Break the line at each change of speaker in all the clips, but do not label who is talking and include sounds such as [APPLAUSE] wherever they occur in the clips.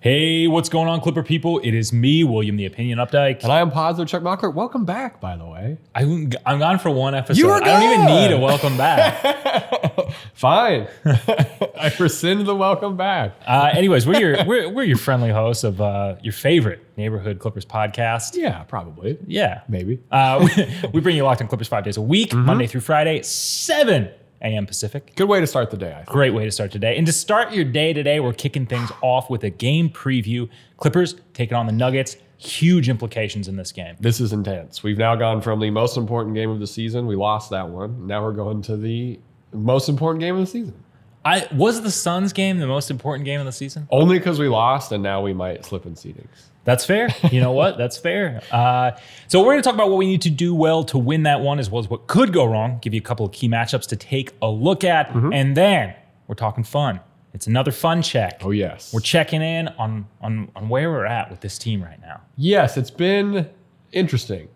Hey, what's going on, Clipper people? It is me, William the Opinion Updike.
And I am positive Chuck Mockler. Welcome back, by the way. [LAUGHS]
I'm, I'm gone for one episode.
You were
I don't even
gone.
need a welcome back.
Fine. I rescind the welcome back.
uh, anyways, we're your we're, we're your friendly hosts of uh, your favorite neighborhood Clippers podcast.
Yeah, probably.
Yeah.
Maybe.
Uh, we, [LAUGHS] we bring you locked on Clippers five days a week,
Mm-hmm.
Monday through Friday, 7 a.m. Pacific.
Good way to start the day, I think.
Great way to start today. And to start your day today, we're kicking things off with a game preview. Clippers taking on the Nuggets. Huge implications in this game.
This is intense. We've now gone from the most important game of the season. We lost that one. Now we're going to the most important game of the season.
I was the Suns game the most important game of the season.
Only because we lost, and now we might slip in seedings.
That's fair. You know what? That's fair. Uh, so we're going to talk about what we need to do well to win that one, as well as what could go wrong. Give you a couple of key matchups to take a look at,
Mm-hmm.
and then we're talking fun. It's another fun check.
Oh, yes.
We're checking in on on on where we're at with this team right now.
yes, it's been interesting.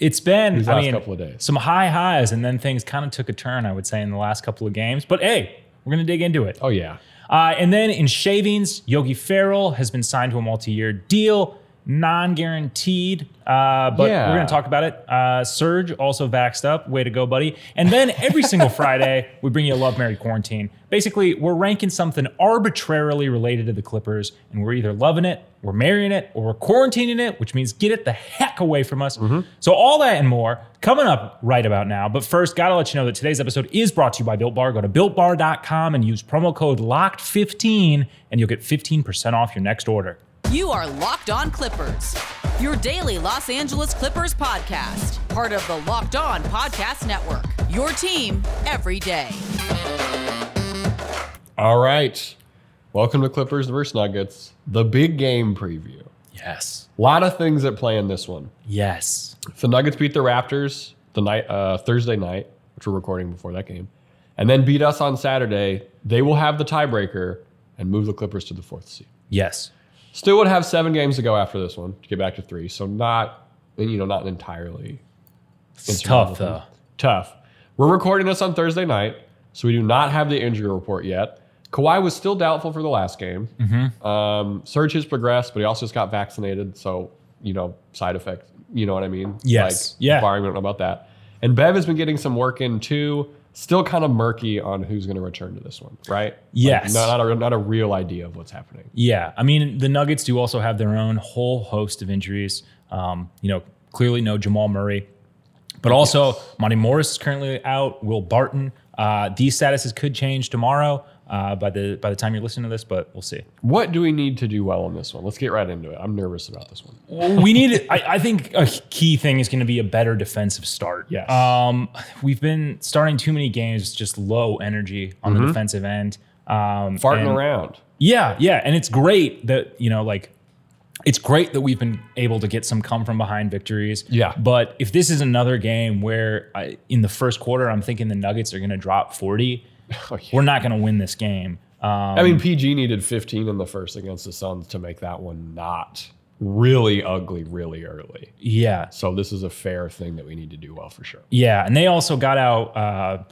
It's been
These
I
last
mean,
couple of days.
some high highs, and then things kind of took a turn. I would say in the last couple of games, but hey, we're going to dig into it.
Oh, yeah.
Uh, and then in shavings, Yogi Ferrell has been signed to a multi-year deal, non-guaranteed, uh, but
Yeah.
we're going to talk about it. Uh, Serge also vaxxed up. Way to go, buddy. And then every [LAUGHS] single Friday, we bring you a Love, Mary Quarantine. Basically, we're ranking something arbitrarily related to the Clippers, and we're either loving it, we're marrying it, or we're quarantining it, which means get it the heck away from us. So all that and more coming up right about now. But first, gotta let you know that today's episode is brought to you by Built Bar. Go to builtbar.com and use promo code LOCKED15, and you'll get 15% off your next order.
You are Locked On Clippers, your daily Los Angeles Clippers podcast, part of the Locked On Podcast Network. Your team every day.
All right. Welcome to Clippers versus Nuggets, the big game preview.
Yes.
A lot of things at play in this one.
Yes.
If the Nuggets beat the Raptors the night uh, Thursday night, which we're recording before that game, and then beat us on Saturday, they will have the tiebreaker and move the Clippers to the fourth seed.
Yes.
Still would have seven games to go after this one to get back to three, so not you know not entirely
It's tough, though.
insurmountable. Tough. We're recording this on Thursday night, so we do not have the injury report yet. Kawhi was still doubtful for the last game.
Mm-hmm.
Um, Surge has progressed, but he also just got vaccinated, so you know side effects. You know what I mean?
Yes. Yeah.
Barring, we don't know about that. And Bev has been getting some work in too. Still kind of murky on who's going to return to this one, right? Like,
Yes.
no- not a, not a real idea of what's happening.
Yeah, I mean the Nuggets do also have their own whole host of injuries. Um, you know, clearly no Jamal Murray, but also Monty Morris is currently out. Will Barton. Uh, these statuses could change tomorrow uh, by the by the time you're listening to this, but we'll see.
What do we need to do well on this one? Let's get right into it. I'm nervous about this one.
we need. [LAUGHS] I, I think a key thing is going to be a better defensive start.
Yes.
Um, we've been starting too many games just low energy on the defensive end. Um,
Farting
and-
around.
Yeah, yeah, and it's great that you know, like, it's great that we've been able to get some come from behind victories.
Yeah.
but if this is another game where I, in the first quarter I'm thinking the Nuggets are going to drop forty, we're not going to win this game. Um,
I mean, PG needed 15 in the first against the Suns to make that one not really ugly really early.
yeah,
So this is a fair thing that we need to do well for sure.
yeah, and they also got out uh,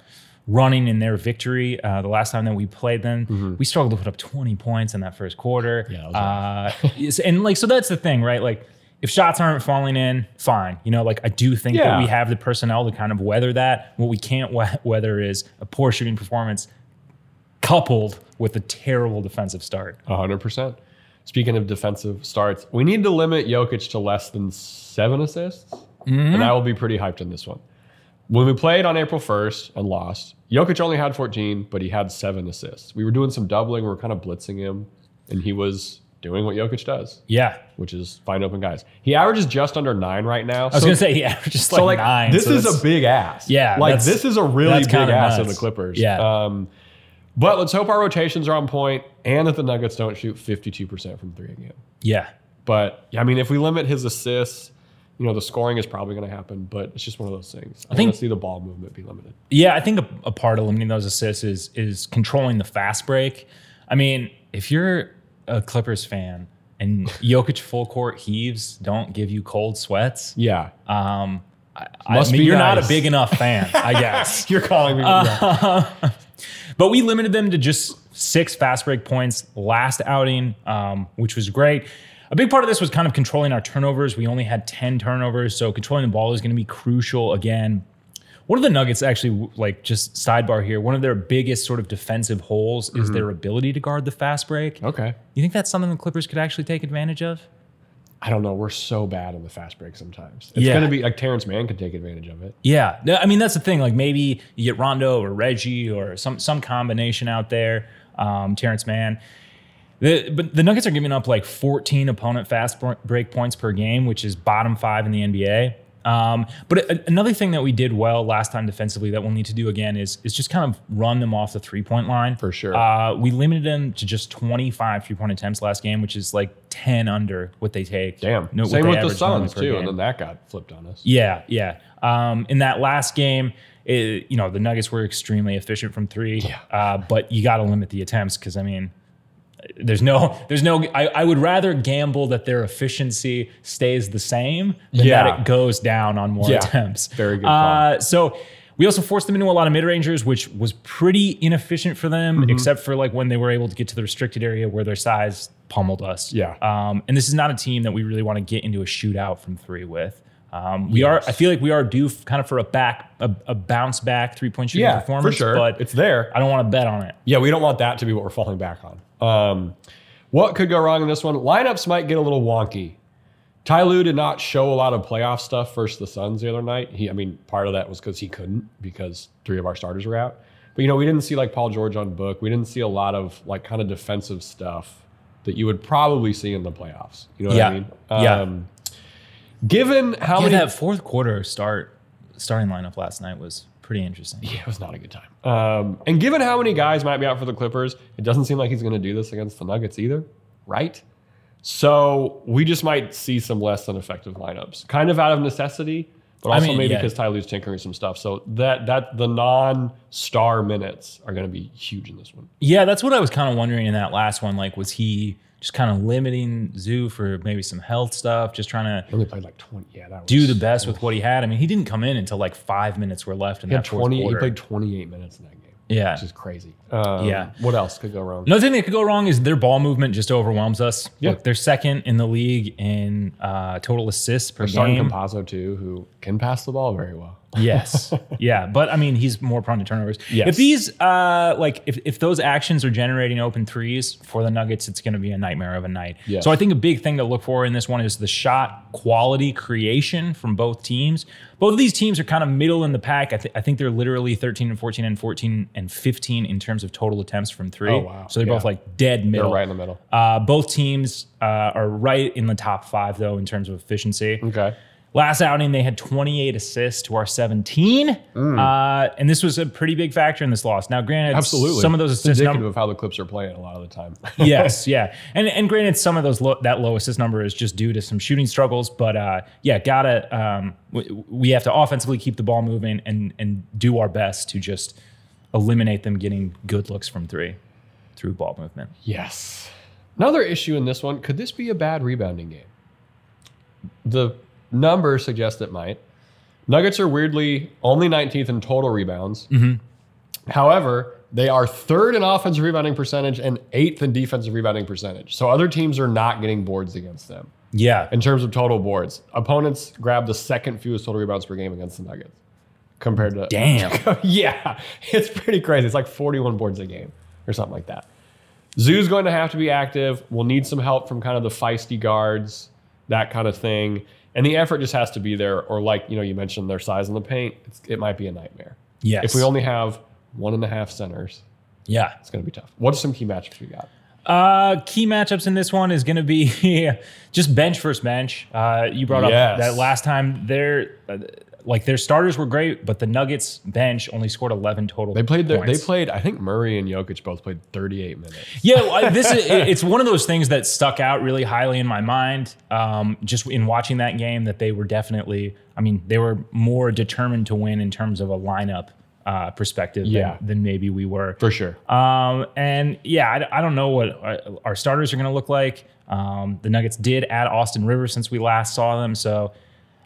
running in their victory uh, the last time that we played them. We struggled to put up twenty points in that first quarter.
Mm-hmm. Yeah, that was
[LAUGHS] uh, yes, and like so that's the thing, right? Like. If shots aren't falling in, fine. You know, like I do think that
Yeah.
we have the personnel to kind of weather that. What we can't we- weather is a poor shooting performance coupled with a terrible defensive start.
100%. Speaking of defensive starts, we need to limit Jokic to less than seven assists.
Mm-hmm.
And I will be pretty hyped in this one. When we played on April 1st and lost, Jokic only had 14, but he had seven assists. We were doing some doubling, we were kind of blitzing him, and he was doing what Jokic does,
Yeah.
which is find open guys. He averages just under nine right now.
I was going to say he [LAUGHS] averages like,
so like
nine.
this
so
is
that's-
a big ass.
Yeah,
like
that's-
this is a really
that's
big
kinda
ass of the
nuts.
Clippers.
Yeah.
Um, but let's hope our rotations are on point and that the Nuggets don't shoot fifty-two percent from three again.
Yeah.
But yeah, I mean, if we limit his assists, you know, the scoring is probably going to happen. But it's just one of those things. I,
think-
want to see the ball movement be limited.
Yeah, I think a, a part of limiting those assists is is controlling the fast break. I mean, if you're a Clippers fan and Jokic full court heaves don't give you cold sweats,
Yeah, [LAUGHS]
um, I, I
Must
mean,
be
you're not a
nice. [LAUGHS]
big enough fan, I guess.
you're calling me.
but we limited them to just six fast break points last outing, um, which was great. A big part of this was kind of controlling our turnovers. We only had 10 turnovers, so controlling the ball is going to be crucial again. One of the Nuggets actually, like just sidebar here, one of their biggest sort of defensive holes is their ability to guard the fast break.
Okay.
You think that's something the Clippers could actually take advantage of?
I don't know. We're so bad in the fast break sometimes. It's
Yeah.
going to be like Terrence Mann could take advantage of it.
Yeah, No, I mean that's the thing. Like maybe you get Rondo or Reggie or some some combination out there. Um, Terrence Mann. The, but the Nuggets are giving up like 14 opponent fast bro- break points per game, which is bottom five in the NBA. Um, but a- another thing that we did well last time defensively that we'll need to do again is is just kind of run them off the three point line
For sure.
Uh, we limited them to just 25 three point attempts last game, which is like 10 under what they take.
Damn.
no, what
Same
they
with the
average normally
Suns
per
too,
game.
and then that got flipped on us.
Yeah, yeah. Um, in that last game, it, you know, the Nuggets were extremely efficient from three,
Yeah.
uh, but you got to limit the attempts because I mean, there's no, there's no. I, I would rather gamble that their efficiency stays the same than that
Yeah.
it goes down on more
Yeah.
attempts.
Very good
Uh, so. We also forced them into a lot of mid rangers, which was pretty inefficient for them,
Mm-hmm.
except for like when they were able to get to the restricted area where their size pummeled us.
Yeah.
Um, and this is not a team that we really want to get into a shootout from three with. Um, we are. I feel like we are due f- kind of for a back, a, a bounce back three point shooting
Yeah, for
performance.
sure.
But
it's there.
I don't want to bet on it.
Yeah, we don't want that to be what we're falling back on. Um, what could go wrong in this one? Lineups might get a little wonky. Ty Lue did not show a lot of playoff stuff versus the Suns the other night. He, I mean, part of that was because he couldn't because three of our starters were out. But you know, we didn't see like Paul George on Book. We didn't see a lot of like kind of defensive stuff that you would probably see in the playoffs. You know what
Yeah.
I mean? Um,
Yeah.
Given how
I mean,
many
that fourth quarter start starting lineup last night was pretty interesting.
Yeah, it was not a good time. Um, and given how many guys might be out for the Clippers, it doesn't seem like he's going to do this against the Nuggets either, right? So we just might see some less than effective lineups, kind of out of necessity, but
I
also
mean,
maybe
yeah.
because Tyler's tinkering some stuff. So that that the non-star minutes are going to be huge in this one.
Yeah, that's what I was kind of wondering in that last one. Like, was he just kind of limiting Zoo for maybe some health stuff, just trying to
He only played like twenty. Yeah, that was
do the best with what he had? I mean, he didn't come in until like five minutes were left in
He had
that fourth
twenty. He
quarter.
played twenty-eight minutes in that game.
Yeah.
which is crazy. Um,
Yeah.
What else could go wrong?
Another thing that could go wrong is their ball movement just overwhelms us.
Yeah.
Look, they're second in the league in uh, total assists per
Starting
game.
Compazzo too, who can pass the ball very well. [LAUGHS]
yes, yeah, but I mean he's more prone to turnovers.
Yes.
If these uh, like if, if those actions are generating open threes for the Nuggets, it's going to be a nightmare of a night.
Yes.
So I think a big thing to look for in this one is the shot quality creation from both teams. Both of these teams are kind of middle in the pack. I, th- I think they're literally 13 and 14 and 14 and 15 in terms of total attempts from three.
Oh, wow.
So they're both
Yeah.
like dead
They're
middle.
right in the middle.
Uh, both teams uh, are right in the top five, though, in terms of efficiency.
Okay.
Last outing, they had 28 assists to our 17.
Mm.
Uh, and this was a pretty big factor in this loss. Now, granted,
Absolutely.
some of those
It's
assist
indicative
numbers.
of how the Clips are playing a lot of the time.
[LAUGHS]
[LAUGHS]
yes, yeah. And, and granted, some of those low, that low assist number is just due to some shooting struggles. But uh, yeah, gotta, um, we, we have to offensively keep the ball moving and, and do our best to just eliminate them getting good looks from three through ball movement.
yes. Another issue in this one could this be a bad rebounding game? The numbers suggest it might. Nuggets are weirdly only 19th in total rebounds.
Mm-hmm.
However, they are third in offensive rebounding percentage and eighth in defensive rebounding percentage. So other teams are not getting boards against them
Yeah.
in terms of total boards. Opponents grab the second fewest total rebounds per game against the Nuggets compared to [LAUGHS]
Damn.
yeah, it's pretty crazy. It's like 41 boards a game or something like that. Zoo's going to have to be active. We'll need some help from kind of the feisty guards, that kind of thing. And the effort just has to be there. Or like you know, you mentioned their size in the paint. It's, it might be a nightmare.
Yes.
If we only have one and a half centers,
Yeah.
it's going to be tough. What are some key matchups we got?
Uh, key matchups in this one is going to be [LAUGHS] just bench versus bench. Uh, you brought up
Yes.
that last time. Their uh, like their starters were great, but the Nuggets bench only scored eleven total.
They played. Their, they
points.
played. I think Murray and Jokic both played 38 minutes.
Yeah, well, I- this is
[LAUGHS]
it- it's one of those things that stuck out really highly in my mind. Um, just in watching that game, that they were definitely. I mean, they were more determined to win in terms of a lineup uh, perspective than-
Yeah.
than, maybe we were.
For sure.
Um, and yeah, I, I don't know what our, our starters are going to look like. Um, the Nuggets did add Austin Rivers since we last saw them, so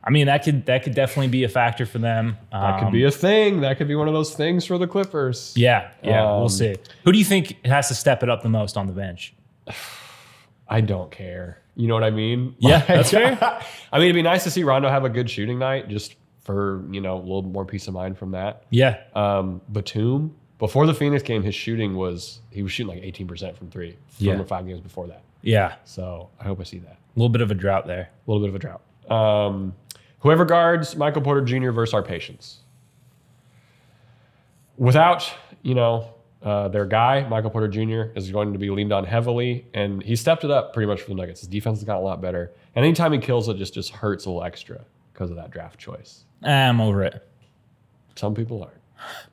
I mean, that could that could definitely be a factor for them.
That could
Um,
be a thing. That could be one of those things for the Clippers.
yeah, yeah. we'll
Um,
see. Who do you think has to step it up the most on the bench?
I don't care. You know what I mean?
Yeah, that's
[LAUGHS]
fair.
I mean, it'd be nice to see Rondo have a good shooting night, just for you know a little more peace of mind from that.
Yeah,
Um, Batum before the Phoenix game, his shooting was he was shooting like eighteen percent from three from
Yeah.
the five games before that.
yeah.
So I hope I see that.
A little bit of a drought there.
A little bit of a drought. Um, whoever guards Michael Porter Jr. versus our patience. Without, you know, uh, their guy, Michael Porter Jr., is going to be leaned on heavily, and he stepped it up pretty much for the Nuggets. His defense has gotten a lot better. And anytime he kills it, just, just hurts a little extra because of that draft choice.
I'm over it.
Some people aren't.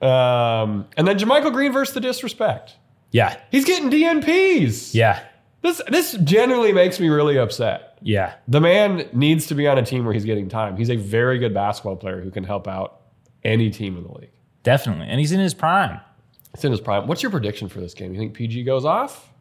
Um, and then Jermichael Green versus the disrespect.
Yeah,
He's getting DNPs.
yeah,
This, this generally makes me really upset.
yeah,
The man needs to be on a team where he's getting time. He's a very good basketball player who can help out any team in the league.
definitely. And he's in his prime.
It's in his prime. What's your prediction for this game? You think PG goes off?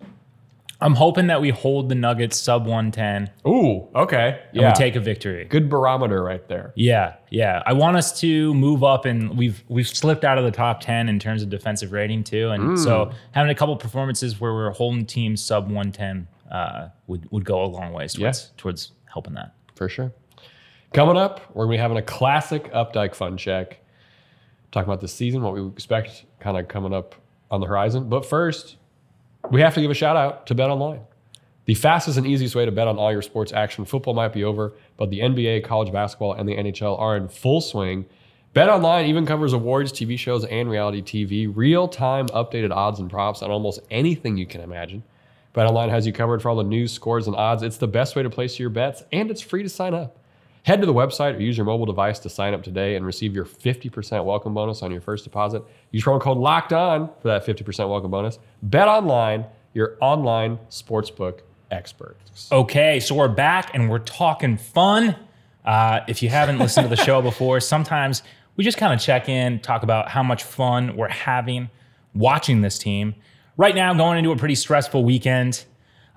I'm hoping that we hold the Nuggets sub 110
Ooh, okay.
and
Yeah.
we take a victory.
good barometer right there.
Yeah, yeah. I want us to move up, and we've we've slipped out of the top ten in terms of defensive rating too. And so having a couple performances where we're holding teams sub one ten uh, would would go a long ways towards
Yeah.
towards helping that.
For sure. Coming up, we're going to be having a classic Updike fun check. Talking about the season, what we expect kind of coming up on the horizon. But first, we have to give a shout out to Bet Online. The fastest and easiest way to bet on all your sports action. Football might be over, but the NBA, college basketball, and the NHL are in full swing. Bet Online even covers awards, TV shows, and reality TV, real time updated odds and props on almost anything you can imagine. BetOnline has you covered for all the news, scores, and odds. It's the best way to place your bets, and it's free to sign up. Head to the website or use your mobile device to sign up today and receive your 50% welcome bonus on your first deposit. Use promo code LOCKED ON for that 50% welcome bonus. Bet Online, your online sportsbook experts.
Okay, so we're back and we're talking fun. Uh, if you haven't listened to the show before, sometimes we just kind of check in, talk about how much fun we're having watching this team. Right now, going into a pretty stressful weekend.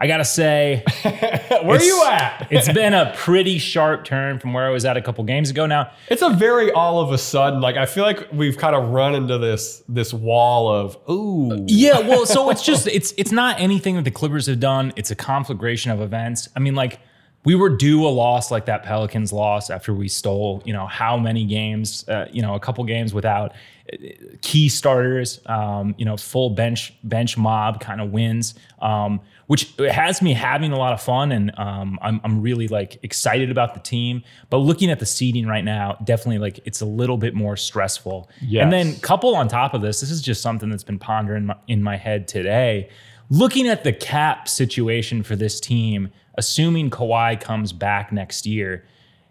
I gotta say,
Where are you
It's-
at?
it's been a pretty sharp turn from where I was at a couple games ago. Now,
It's a very all of a sudden, like I feel like we've kind of run into this this wall of ooh.
yeah, well, so it's just it's it's not anything that the Clippers have done. It's a conflagration of events. I mean, like we were due a loss like that Pelicans loss after we stole, you know, how many games, uh, you know, a couple games without uh, key starters, um, you know, full bench bench mob kind of wins, um, which has me having a lot of fun and um, I'm I'm really like excited about the team. But looking at the seeding right now, definitely like it's a little bit more stressful. And then
Yes.
couple on top of this, this is just something that's been pondering my, in my head today. Looking at the cap situation for this team, assuming Kawhi comes back next year,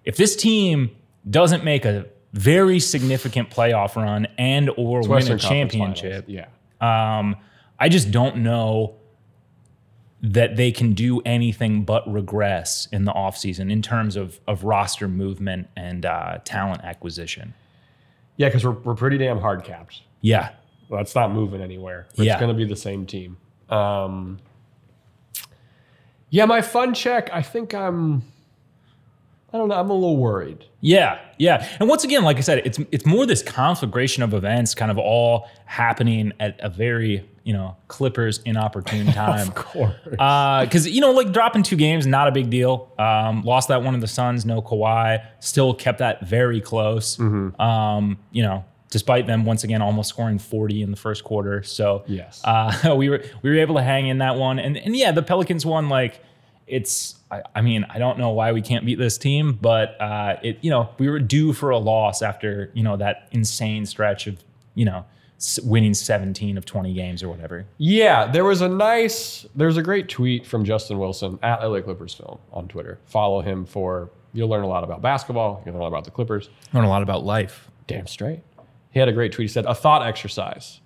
if this team doesn't make a very significant playoff run and or win a
Western Conference Finals.
championship,
Yeah.
um, I just don't know that they can do anything but regress in the offseason in terms of of roster movement and uh, talent acquisition.
Yeah, because we're, we're pretty damn hard capped.
Yeah.
Well, it's not moving anywhere. It's
Yeah.
going to be the same team. Um, yeah, my fun check. I think I'm. I don't know. I'm a little worried.
Yeah, yeah. And once again, like I said, it's it's more this conflagration of events kind of all happening at a very, you know, Clippers inopportune
[LAUGHS]
time.
course.
Because, Uh, you know, like dropping two games, not a big deal. Um, lost that one of the Suns, no Kawhi. Still kept that very close, um, you know, despite them once again almost scoring 40 in the first quarter. So,
Yes.
uh, [LAUGHS] we were we were able to hang in that one, and and yeah, the Pelicans won. Like, it's I, I mean I don't know why we can't beat this team, but uh, it you know we were due for a loss after you know that insane stretch of you know s- winning seventeen of twenty games or whatever.
yeah, there was a nice. There's a great tweet from Justin Wilson at LA Clippers Film on Twitter. Follow him for. You'll learn a lot about basketball. You'll learn a lot about the Clippers.
Learn a lot about life.
Damn straight. He had a great tweet. He said, A thought exercise.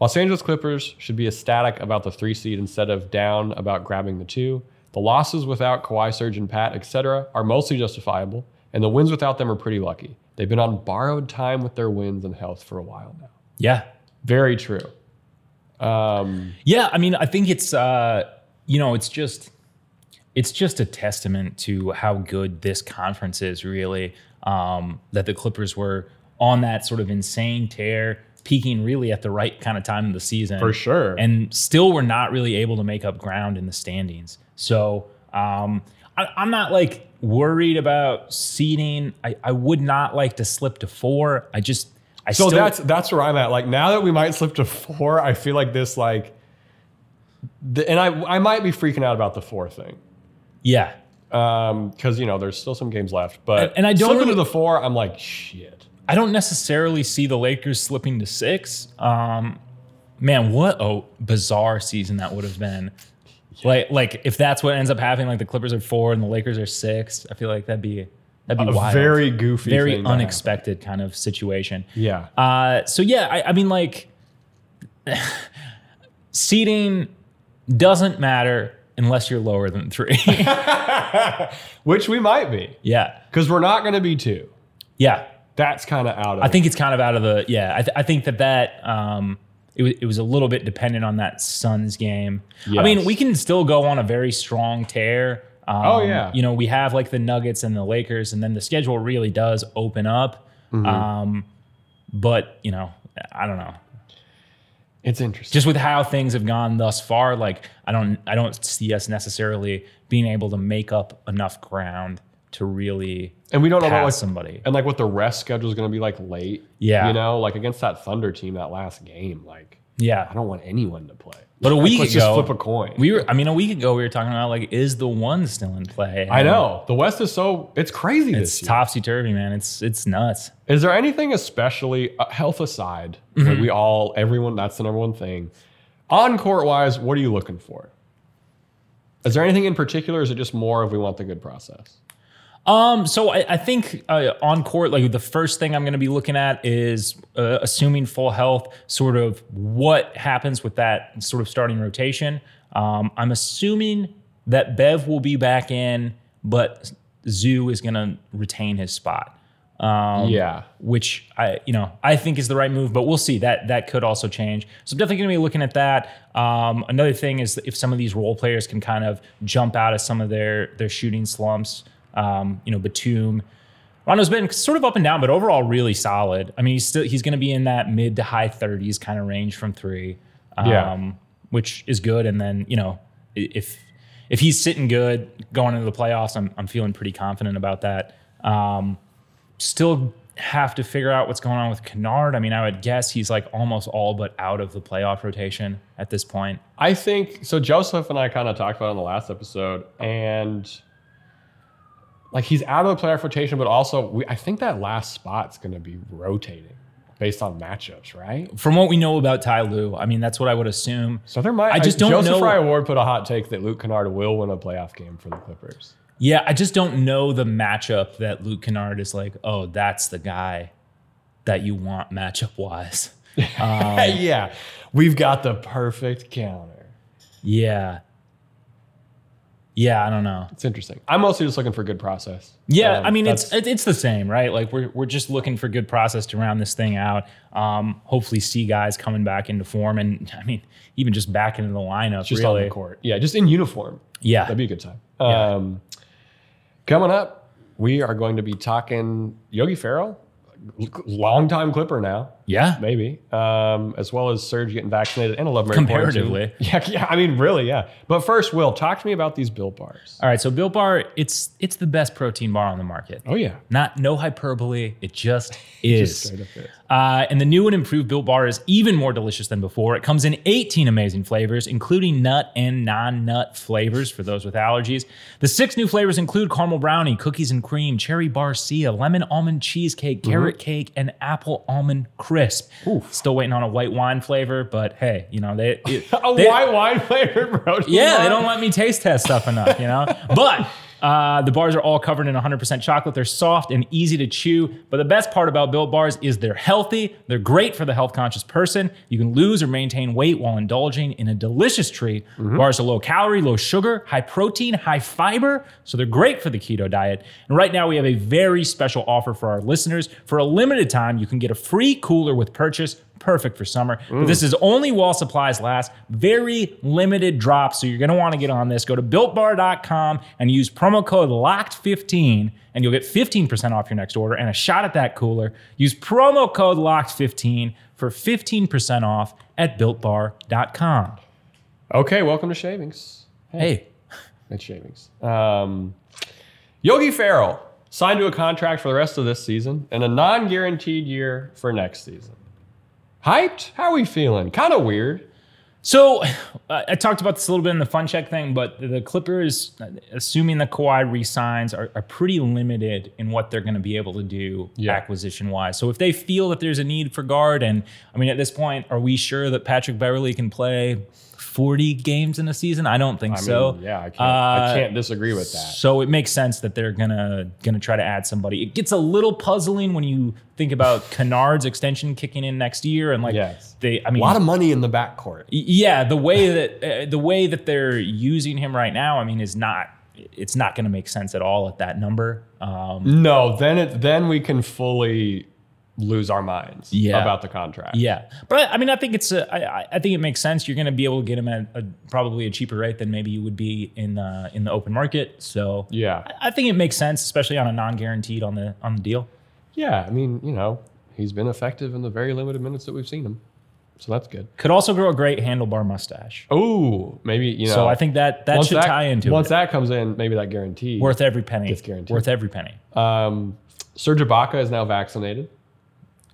Los Angeles Clippers should be ecstatic about the three seed instead of down about grabbing the two. The losses without Kawhi, Surge, and Pat, etc., are mostly justifiable, and the wins without them are pretty lucky. They've been on borrowed time with their wins and health for a while now.
Yeah,
Very true. Um,
Yeah, I mean, I think it's uh, you know, it's just it's just a testament to how good this conference is really. um, that the Clippers were on that sort of insane tear, peaking really at the right kind of time of the season.
For sure.
And still were not really able to make up ground in the standings. So um, I, I'm not like worried about seeding. I, I would not like to slip to four. I just, I
So
still,
that's that's where I'm at. Like now that we might slip to four, I feel like this like, the, and I I might be freaking out about the four thing
yeah.
because Um, you know there's still some games left. But
And- and I don't
slipping
really-
to the four, I'm like shit.
I don't necessarily see the Lakers slipping to six. Um, man, what a bizarre season that would have been. Like, like if that's what ends up happening, like the Clippers are four and the Lakers are six, I feel like that'd be that'd be
A
wild.
very goofy,
very
thing to happen.
unexpected kind of situation.
Yeah,
Uh, so yeah, I, I mean, like, [SIGHS] seating doesn't matter unless you're lower than three. [LAUGHS]
which we might be
yeah,
because we're not going to be two.
yeah.
That's kind of out of.
I think it's kind of out of the yeah. I, th- I think that that um, it, w- it was a little bit dependent on that Suns game. I mean,
Yes.
we can still go on a very strong tear. Um,
Oh, yeah.
you know we have like the Nuggets and the Lakers, and then the schedule really does open up.
Mm-hmm.
Um, but you know, I don't know.
it's interesting.
Just with how things have gone thus far, like I don't I don't see us necessarily being able to make up enough ground to really
and we don't know about
pass
like,
somebody.
and like what the rest schedule is going to be like late.
Yeah.
you know, like against that Thunder team that last game. Like I
Yeah,
don't want anyone to play.
but a week
Let's
ago,
just flip a coin.
We were, I mean, a week ago we were talking about like, is the one still in play?
I know the West is so it's crazy
it's
this year.
topsy turvy, man. It's it's nuts.
Is there anything especially uh, health aside? Like
Mm-hmm.
we all, everyone, that's the number one thing. On court wise, what are you looking for? Is there anything in particular? Or is it just more of we want the good process?
Um, so I, I think uh, on court, like the first thing I'm going to be looking at is uh, assuming full health. Sort of what happens with that sort of starting rotation. Um, I'm assuming that Bev will be back in, but Zoo is going to retain his spot. Um,
yeah,
which I you know I think is the right move, but we'll see that that could also change. So I'm definitely going to be looking at that. Um, another thing is if some of these role players can kind of jump out of some of their their shooting slumps. Um, you know, Batum. Rondo's been sort of up and down, but overall really solid. I mean, he's still he's going to be in that mid to high 30s kind of range from three, um,
Yeah.
which is good. And then you know i- if if he's sitting good going into the playoffs, I'm I'm feeling pretty confident about that. Um, still have to figure out what's going on with Kennard. I mean, I would guess he's like almost all but out of the playoff rotation at this point.
I think so. Joseph and I kind of talked about it in the last episode, and like he's out of the playoff rotation, but also we, I think that last spot's going to be rotating based on matchups, right?
From what we know about Ty Lue, I mean, that's what I would assume.
So there might.
I just don't
Joseph
know-
Fry Award put a hot take that Luke Kennard will win a playoff game for the Clippers.
Yeah, I just don't know the matchup that Luke Kennard is like, oh, that's the guy that you want matchup wise.
[LAUGHS] yeah, we've got the perfect counter.
Yeah. Yeah, I don't know.
It's interesting. I'm mostly just looking for good process.
Yeah,
Um,
I mean it's
that's-
it- it's the same, right? Like we're we're just looking for good process to round this thing out. Um, hopefully, see guys coming back into form, and I mean even just back into the lineup.
just
really,
on the court. Yeah, just in uniform.
yeah,
That'd be a good time. Um, coming up, we are going to be talking Yogi Farrell, longtime Clipper now,
yeah,
maybe, um, as well as Serge getting vaccinated and a love Mary
Comparatively.
[LAUGHS] Yeah, yeah. I mean, really, yeah. But first, Will, talk to me about these Bill bars.
All right, so Built Bar, it's it's the best protein bar on the market.
Oh yeah,
Not no hyperbole, it
[LAUGHS]
just is.
straight up is.
Uh, and the new and improved Built Bar is even more delicious than before. It comes in 18 amazing flavors, including nut and non-nut flavors for those with allergies. The six new flavors include caramel brownie, cookies and cream, cherry barcia, lemon almond cheesecake, carrot cake, and apple almond crisp.
Mm-hmm. Oof.
Still waiting on a white wine flavor, but hey, you know they. it-
[LAUGHS] a
they-
white wine flavored protein.
yeah,
bar?
they don't let me taste test stuff enough, you know? but uh, the bars are all covered in 100% chocolate. They're soft and easy to chew. But the best part about Built Bars is they're healthy. They're great for the health conscious person. You can lose or maintain weight while indulging in a delicious treat. Bars are low calorie, low sugar, high protein, high fiber. So they're great for the keto diet. And right now we have a very special offer for our listeners. For a limited time, you can get a free cooler with purchase perfect for summer. But this is only while supplies last. Very limited drops, so you're going to want to get on this. Go to builtbar.com and use promo code LOCKED15 and you'll get 15% off your next order and a shot at that cooler. Use promo code LOCKED15 for 15% off at builtbar.com.
Okay, welcome to Shavings.
Hey,
It's Shavings. Um, Yogi Farrell signed to a contract for the rest of this season and a non-guaranteed year for next season. Hyped? How are we feeling? Kind of weird.
So [SIGHS] uh, I talked about this a little bit in the fun check thing, but the Clippers, uh, assuming that Kawhi resigns, are, are pretty limited in what they're going to be able to do
Yeah.
acquisition wise. So if they feel that there's a need for guard, and I mean, at this point, are we sure that Patrick Beverly can play 40 games in a season? I don't think
I
so.
mean, yeah, I can't,
Uh,
I can't disagree with that.
So it makes sense that they're gonna gonna try to add somebody. It gets a little puzzling when you think about Kennard's extension kicking in next year, and like
Yes.
they, I mean,
a lot of money in the backcourt.
Y- yeah the way that uh, the way that they're using him right now i mean is not it's not going to make sense at all at that number um
No, then it then we can fully lose our minds
Yeah.
about the contract.
yeah but i, I mean i think it's a, I, I- I think it makes sense you're going to be able to get him at a, probably a cheaper rate than maybe you would be in the in the open market so
Yeah.
I- i think it makes sense especially on a non-guaranteed on the on the deal
Yeah, I mean, you know, he's been effective in the very limited minutes that we've seen him. So that's good.
could also grow a great handlebar mustache
Oh, maybe, you know.
so i think that that
once
should tie into
Once
it
that comes in, maybe that guarantee.
worth every penny
It's guaranteed.
worth every penny
um, Serge Ibaka is now vaccinated.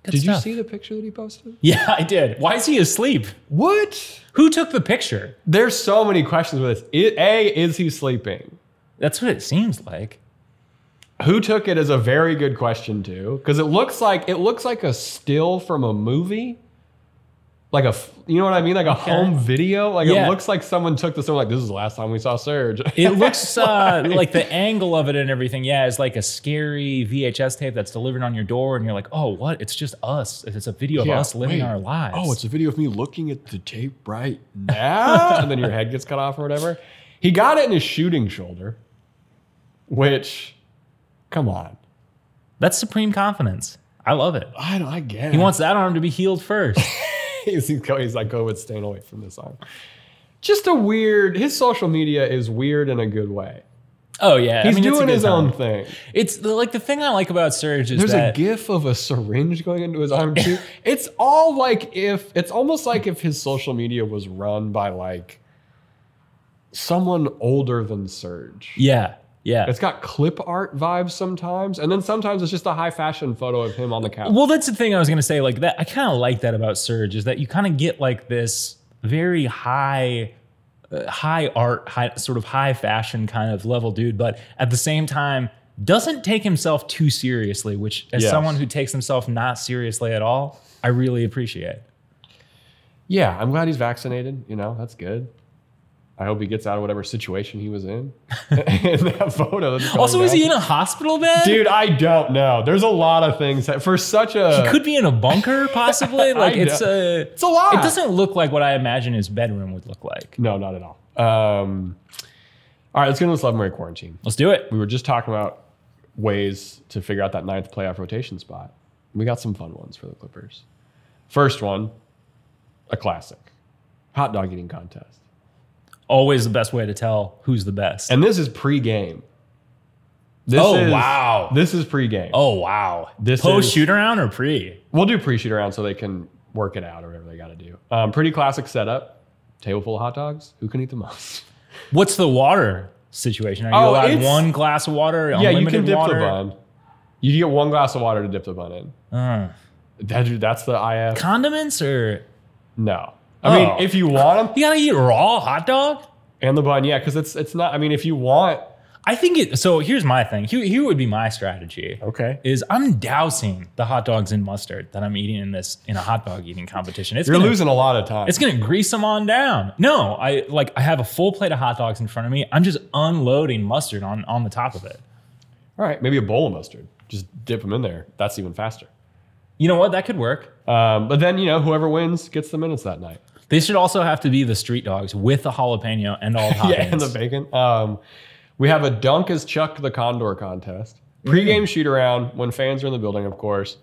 Good
Did you
stuff.
see the picture that he posted?
[LAUGHS] yeah i did why is he asleep
What?
who took the picture
There's so many questions with this. I- A, is he sleeping?
That's what it seems like.
Who took it is a very good question too, because it looks like it looks like a still from a movie, like a f- you know what I mean, like a home video. Like
Yeah.
it looks like someone took this and were like this is the last time we saw Surge.
It [LAUGHS]
[LAUGHS]
looks uh, like the angle of it and everything. Yeah, is like a scary VHS tape that's delivered on your door, and you're like, "Oh, what? It's just us. It's a video of us living our lives."
Oh, it's a video of me looking at the tape right now, and then your head gets cut off or whatever. He got it in his shooting shoulder, which, come on,
that's supreme confidence. I love it.
I don't. I get.
He wants that arm to be healed first.
[LAUGHS] he's, he's go- he's like, go with staying away from this arm. Just a weird. His social media is weird in a good way.
[LAUGHS] Oh yeah, I
He's
mean, it's a
doing
good
his
time.
own thing.
It's the- like the thing I like about Surge is
There's
that
a gif of a syringe going into
[LAUGHS]
his arm too. it's all like if it's almost like if his social media was run by like someone older than Serge.
yeah, yeah.
It's got clip art vibes sometimes, and then sometimes it's just a high fashion photo of him on the couch.
Well, that's the thing I was gonna say. Like that, I kind of like that about Surge is that you kind of get like this very high, uh, high art, high sort of high fashion kind of level dude, but at the same time doesn't take himself too seriously. Which, as
Yes.
someone who takes himself not seriously at all, I really appreciate.
Yeah, I'm glad he's vaccinated. You know, that's good. I hope he gets out of whatever situation he was in. [LAUGHS] in that photo. that's going
Also, is he in
down.
a hospital bed?
Dude, I don't know. There's a lot of things that for such a.
He could be in a bunker, [LAUGHS] possibly. Like
I
Uh, it's
know.
a,
it's a lot.
it doesn't look like what I imagine his bedroom would look like.
No, not at all. Um, all right, let's get into this Love Murray quarantine.
Let's do it.
We were just talking about ways to figure out that ninth playoff rotation spot. We got some fun ones for the Clippers. First one, a classic hot dog eating contest.
Always the best way to tell who's the best.
And this is pregame. This
Oh,
is-
wow.
This is pregame.
Oh wow!
This
post
is-
shoot around or pre?
We'll do pre shoot around so they can work it out or whatever they got to do. Um, pretty classic setup. Table full of hot dogs. Who can eat
[LAUGHS]
the most?
What's the water situation? Are you
Oh,
allowed
it's-
one glass of water?
yeah, you
unlimited
can dip
water?
the bun. You get one glass of water to dip the bun in.
Uh,
That, that's the IF.
condiments or
No. I
Oh.
mean, if you want them
you gotta eat raw hot dog?
and the bun, yeah, because it's it's not. I mean, if you want,
I think it. So here's my thing. Here, here would be my strategy.
okay,
Is I'm dousing the hot dogs in mustard that I'm eating in this in a hot dog eating competition. It's
you're
gonna,
losing a lot of time.
It's gonna grease them on down. No, I like I have a full plate of hot dogs in front of me. I'm just unloading mustard on on the top of it.
All right, maybe a bowl of mustard. Just dip them in there. That's even faster.
You know what? That could work.
Um, but then you know, whoever wins gets the minutes that night.
They should also have to be the street dogs with the jalapeno and all the [LAUGHS] hot
[LAUGHS] yeah, and the
ends.
bacon. Um, we have a dunk as Chuck the Condor contest. Pre-game shoot around when fans are in the building, of course.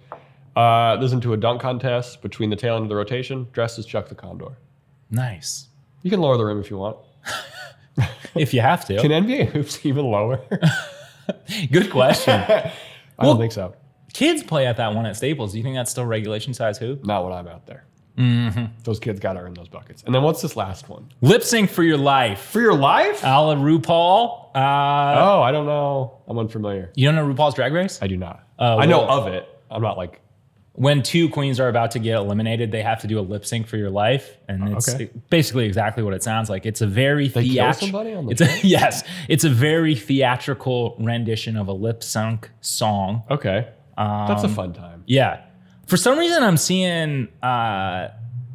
Uh, this is into a dunk contest between the tail end of the rotation, dressed as Chuck the Condor.
Nice.
You can lower the rim if you want.
If you have to.
Can NBA [LAUGHS] hoops even lower?
Good question. [LAUGHS]
I don't think so.
Kids play at that one at Staples. Do you think that's still regulation size hoop?
Not when I'm out there.
Mm-hmm.
Those kids got to earn those buckets. And then what's this last one?
Lip sync for your life.
For your life?
A la RuPaul. Uh,
oh, I don't know. I'm unfamiliar.
You don't know RuPaul's Drag Race?
I do not.
Uh,
I know
well-
of it. I'm not like
When two queens are about to get eliminated, they have to do a lip sync for your life, and it's
Uh, okay.
basically exactly what it sounds like. It's a very
kill
theatrical.
somebody on the
It's a, [LAUGHS] yes, it's a very theatrical rendition of a lip sync song.
okay. That's
Um,
a fun time.
Yeah. For some reason, I'm seeing uh,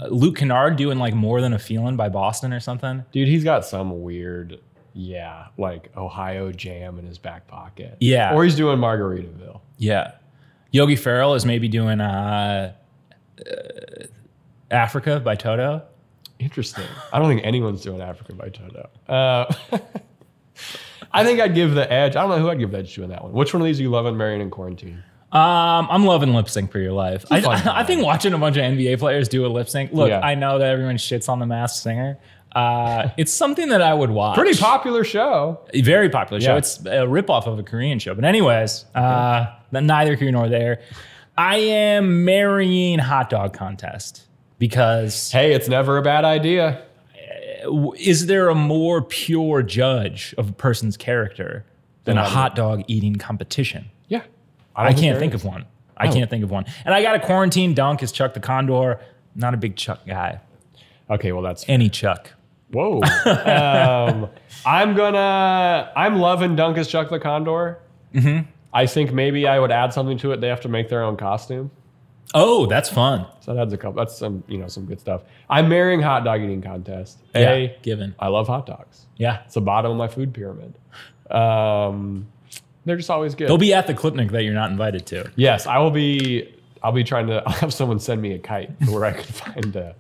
Luke Kennard doing like more than a feeling by Boston or something.
Dude, he's got some weird, yeah, like Ohio jam in his back pocket.
Yeah.
Or he's doing Margaritaville.
Yeah. Yogi Ferrell is maybe doing uh, uh, Africa by Toto.
Interesting. I don't think anyone's doing Africa by Toto. Uh, [LAUGHS] I think I'd give the edge. I don't know who I'd give the edge to in that one. Which one of these are you loving, marrying, in quarantine?
Um, I'm loving lip sync for your life. I, [LAUGHS]
fun
I, think watching a bunch of NBA players do a lip sync. Look,
Yeah.
I know that everyone shits on the Masked Singer. Uh, it's something that I would watch.
Pretty popular show.
very popular show.
Yeah.
It's a ripoff of a Korean show. But anyways, uh, neither here nor there. I am marrying hot dog contest because
Hey, it's never a bad idea.
w- is there a more pure judge of a person's character than a
Than
hot dog eating competition?
Yeah.
I can't think of one. I can't think of one. And I got a quarantine dunk as Chuck the Condor. Not a big Chuck guy.
Okay, well, that's
Any Chuck.
Whoa. [LAUGHS] um, I'm gonna. I'm loving Dunkus Chuck the Condor.
Mm-hmm.
I think maybe I would add something to it. They have to make their own costume,
Oh, that's fun.
so that adds a couple. That's some you know some good stuff. I'm marrying hot dog eating contest.
Yeah,
A,
given.
I love hot dogs.
Yeah.
It's the bottom of my food pyramid. Um, they're just always good.
They'll be at the Clipnick that you're not invited to.
yes, I will be. I'll be trying to. [LAUGHS] I'll have someone send me a kite [LAUGHS] to where I can find uh,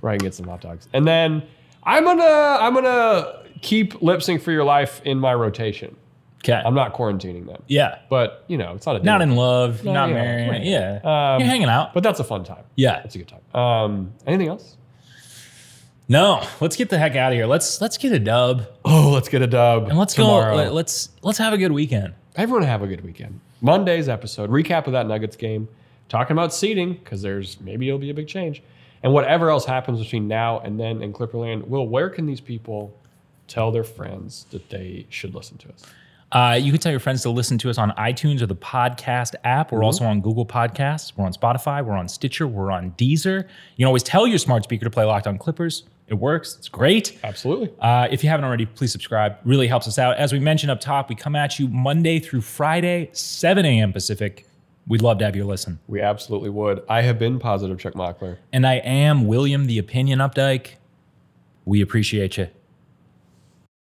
where I can get some hot dogs, and then I'm gonna I'm gonna keep lip sync for your life in my rotation.
Okay.
I'm not quarantining them.
yeah.
But you know, it's not a
not
deal.
in love, not
yeah,
married.
right.
Yeah.
Um,
You're hanging out.
But that's a fun time.
yeah.
That's a good time. Um, anything else?
No, let's get the heck out of here. Let's let's get a dub
Oh, let's get a dub.
and let's
tomorrow.
go. Let, let's let's have a good weekend.
Everyone have a good weekend. Monday's episode recap of that Nuggets game, talking about seeding because there's maybe it'll be a big change, and whatever else happens between now and then in Clipperland. Will, where can these people tell their friends that they should listen to us?
Uh, you can tell your friends to listen to us on iTunes or the podcast app. We're also
Mm-hmm.
on Google Podcasts. We're on Spotify. We're on Stitcher. We're on Deezer. You can always tell your smart speaker to play Locked On Clippers. It works. It's great.
Absolutely.
Uh, if you haven't already, please subscribe. Really helps us out. As we mentioned up top, we come at you Monday through Friday, 7 a.m. Pacific. We'd love to have you listen.
We absolutely would. I have been positive, Chuck Mockler.
And I am William the Opinion Updike. We appreciate you.